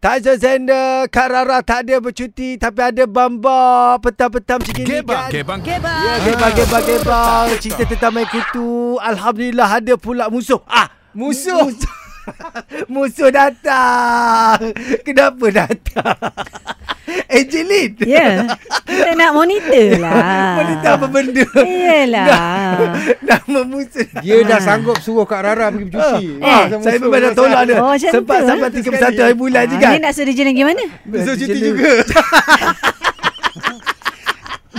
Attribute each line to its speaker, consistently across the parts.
Speaker 1: Tak ada sender, Kak Rara tak ada bercuti tapi ada bamba petang-petang macam gini
Speaker 2: Gebang.
Speaker 1: kan.
Speaker 2: Gebang.
Speaker 3: Okay, bang.
Speaker 1: Ya,
Speaker 4: Ah.
Speaker 1: gebang, gebang, gebang. Cerita tentang main kutu. Alhamdulillah ada pula musuh. Ah, musuh. Musuh, musuh datang. Kenapa datang? Angeline.
Speaker 3: Ya, kita nak monitor lah.
Speaker 1: Wanita apa benda?
Speaker 3: Iyalah.
Speaker 1: Nama musuh datang.
Speaker 4: Dia dah sanggup suruh Kak Rara pergi bercuti.
Speaker 1: Ah,
Speaker 4: Sama
Speaker 1: saya
Speaker 4: musuh
Speaker 1: memang dah
Speaker 4: dia
Speaker 1: tolak dia.
Speaker 3: Oh, macam
Speaker 1: Sempat
Speaker 3: tu,
Speaker 1: sampai
Speaker 3: eh?
Speaker 1: 31 hari bulan je
Speaker 3: Ini
Speaker 1: kan.
Speaker 3: nak suruh dia lagi mana?
Speaker 4: Musuh cuti
Speaker 1: Dia-
Speaker 4: juga.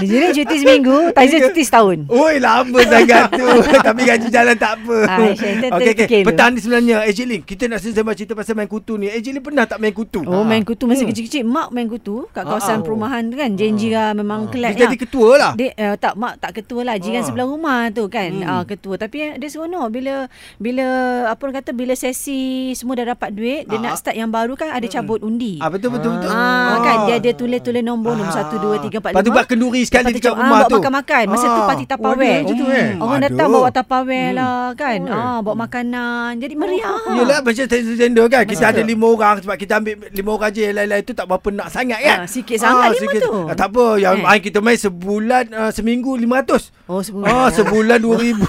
Speaker 3: Dia jenis cuti seminggu, Taizah cuti setahun.
Speaker 1: Oi lama sangat tu Tapi gaji jalan tak apa
Speaker 3: Ah, Aisyah, kita
Speaker 1: Okey, okey.
Speaker 3: terfikir dulu.
Speaker 1: Petang ni sebenarnya Encik Lin Kita nak sembang cerita pasal main kutu ni Encik Lin pernah tak main kutu? Ah.
Speaker 3: Oh main kutu Masa
Speaker 1: Hmm.
Speaker 3: kecil-kecil Mak main kutu Kat kawasan perumahan tu kan Janji lah Memang
Speaker 1: Ah.
Speaker 3: kelak
Speaker 1: Dia jadi ketua lah Ah.
Speaker 3: dia, uh, tak mak tak ketua lah jiran sebelah rumah tu kan hmm. uh, ketua tapi dia seronok bila bila apa orang kata bila sesi semua dah dapat duit dia nak start yang baru kan ada cabut undi
Speaker 1: Ah betul betul betul.
Speaker 3: Ah, kan dia dia tulis-tulis nombor nombor 1 2 3 4 5.
Speaker 1: Lepas tu buat kenduri sekali
Speaker 3: Lepas tu
Speaker 1: dekat
Speaker 3: cakap,
Speaker 1: rumah
Speaker 3: ah,
Speaker 1: tu.
Speaker 3: Bawa makan-makan. Masa tu
Speaker 1: Ah.
Speaker 3: parti
Speaker 4: dia
Speaker 3: tapaware.
Speaker 4: macam tu, eh?
Speaker 3: Orang
Speaker 1: Aduh. Hmm.
Speaker 3: datang bawa tapaware lah kan. Ah, bawa makanan. Jadi meriah.
Speaker 1: Yelah macam transgender kan Kita ada lima orang Sebab kita ambil lima orang je Yang lain-lain tu tak berapa nak sangat kan
Speaker 3: Ah, sikit sangat lima tu.
Speaker 1: Ah, Tak apa Yang
Speaker 3: Eh.
Speaker 1: main kita main sebulan uh, Seminggu lima ratus
Speaker 3: Oh, semua.
Speaker 1: Oh sebulan dua ribu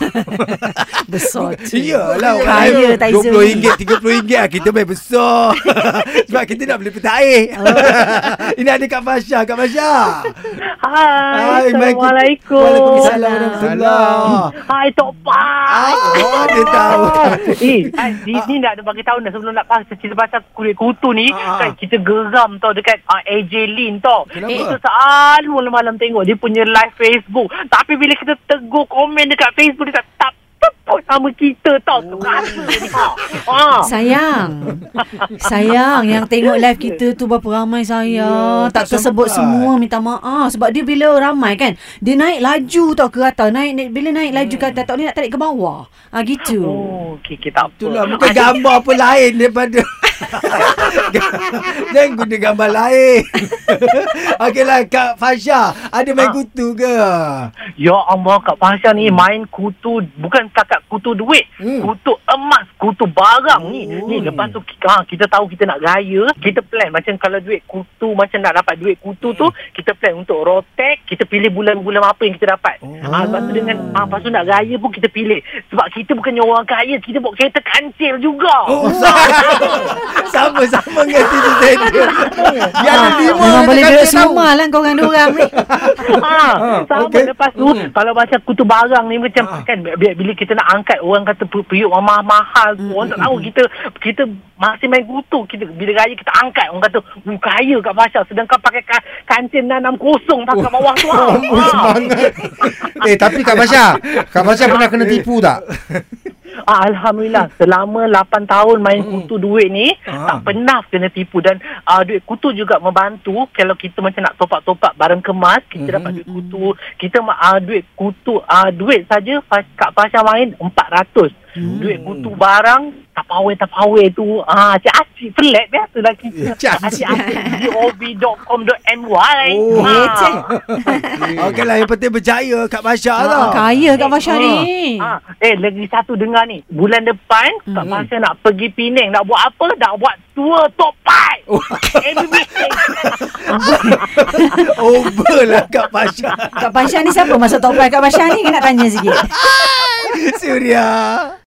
Speaker 3: Besar tu.
Speaker 1: Iyalah orang
Speaker 3: Kaya,
Speaker 1: lain
Speaker 3: Taizu.
Speaker 1: RM20 RM30 lah. Kita main besar Sebab kita nak beli petai air Ini ada Kak Fasha Kak Fasha
Speaker 5: Hai,
Speaker 1: main kutu.
Speaker 5: Assalamualaikum.
Speaker 1: Waalaikumsalam Warahmatullahi
Speaker 5: Hai, Tok Pak.
Speaker 1: Ah, oh, dia tahu.
Speaker 5: Eh, kan, di sini dah ada bagi tahu dah sebelum nak pasal cerita pasal kulit kutu ni,
Speaker 1: Ah, ah.
Speaker 5: kan kita geram tau dekat uh, AJ Lin tau.
Speaker 1: Kenapa?
Speaker 5: Kita selalu malam-malam tengok dia punya live Facebook. Tapi bila kita tegur komen dekat Facebook, dia tak tak tepuk sama kita tau. Oh. Ah.
Speaker 3: Sayang Sayang Yang tengok live kita tu Berapa ramai sayang
Speaker 1: Ya,
Speaker 3: Tak
Speaker 1: tak
Speaker 3: tersebut
Speaker 1: sempat.
Speaker 3: semua Minta maaf Sebab dia bila ramai kan Dia naik laju tau ke atas naik, naik Bila naik laju ke atas Tak boleh nak tarik ke bawah ha, Gitu
Speaker 5: Oh, okay, okay, tak apa.
Speaker 1: Itulah bukan gambar apa lain daripada Jangan guna gambar lain Okeylah Kak Fasha Ada main kutu ke?
Speaker 5: Ya Allah Kak Fasha ni main kutu bukan setakat kutu duit,
Speaker 1: Hmm.
Speaker 5: hmm. kutu emas, kutu barang ni.
Speaker 1: Oi.
Speaker 5: Ni lepas tu ha, kita tahu kita nak raya, kita plan macam kalau duit kutu macam nak dapat duit kutu tu, kita plan untuk rotek, kita pilih bulan-bulan apa yang kita dapat. Oh. Ha, lepas tu dengan ha, lepas tu nak raya pun kita pilih. Sebab kita bukannya orang kaya, kita bawa kereta kancil juga.
Speaker 1: Oh, sama Sama dengan tidur saya Ya,
Speaker 4: Dia ada
Speaker 3: Ah,
Speaker 4: lima dia
Speaker 3: Memang boleh
Speaker 4: tak
Speaker 3: duduk
Speaker 4: tahu.
Speaker 3: semua lah Korang dorang ni
Speaker 5: ha, sama
Speaker 1: okey.
Speaker 5: okay. lepas tu hmm. kalau macam kutu barang ni macam
Speaker 1: Ah.
Speaker 5: kan bi- bi- bila kita nak angkat orang kata pu- periuk orang mahal-mahal tu orang tak tahu kita kita masih main kutu kita bila raya kita angkat orang kata "Uh, kaya kat pasar sedangkan pakai ka- kancing 660 pakai bawah tu ah.
Speaker 4: Amboi semangat. eh tapi Kak Fasha, Kak Fasha pernah kena tipu tak?
Speaker 5: Ah, Alhamdulillah selama 8 tahun main kutu duit ni
Speaker 1: Ah.
Speaker 5: tak pernah kena tipu dan ah, duit kutu juga membantu kalau kita macam nak top-up-top up barang kemas kita dapat duit kutu kita ma- ah, duit kutu ah, duit saja Fas- Kak Fasha main 400 duit kutu barang tapawai-tapawai tu ah, acik-acik pelik biasalah kita acik-acik gob.com.my
Speaker 1: Oh.
Speaker 3: Leceh. Eh,
Speaker 1: Okeylah yang penting berjaya Kak Fasha
Speaker 3: Ah,
Speaker 1: tau
Speaker 3: Kaya Kak Fasha ni
Speaker 1: Ah.
Speaker 5: Ha, eh lagi satu dengar ni. Bulan depan mm. Kak Pasha nak pergi Penang nak buat apa? Nak buat tour top 5. Oh.
Speaker 1: Over lah Kak Fasha
Speaker 3: Kak Fasha ni siapa Masa top five Kak Fasha ni Kena tanya sikit
Speaker 1: Suria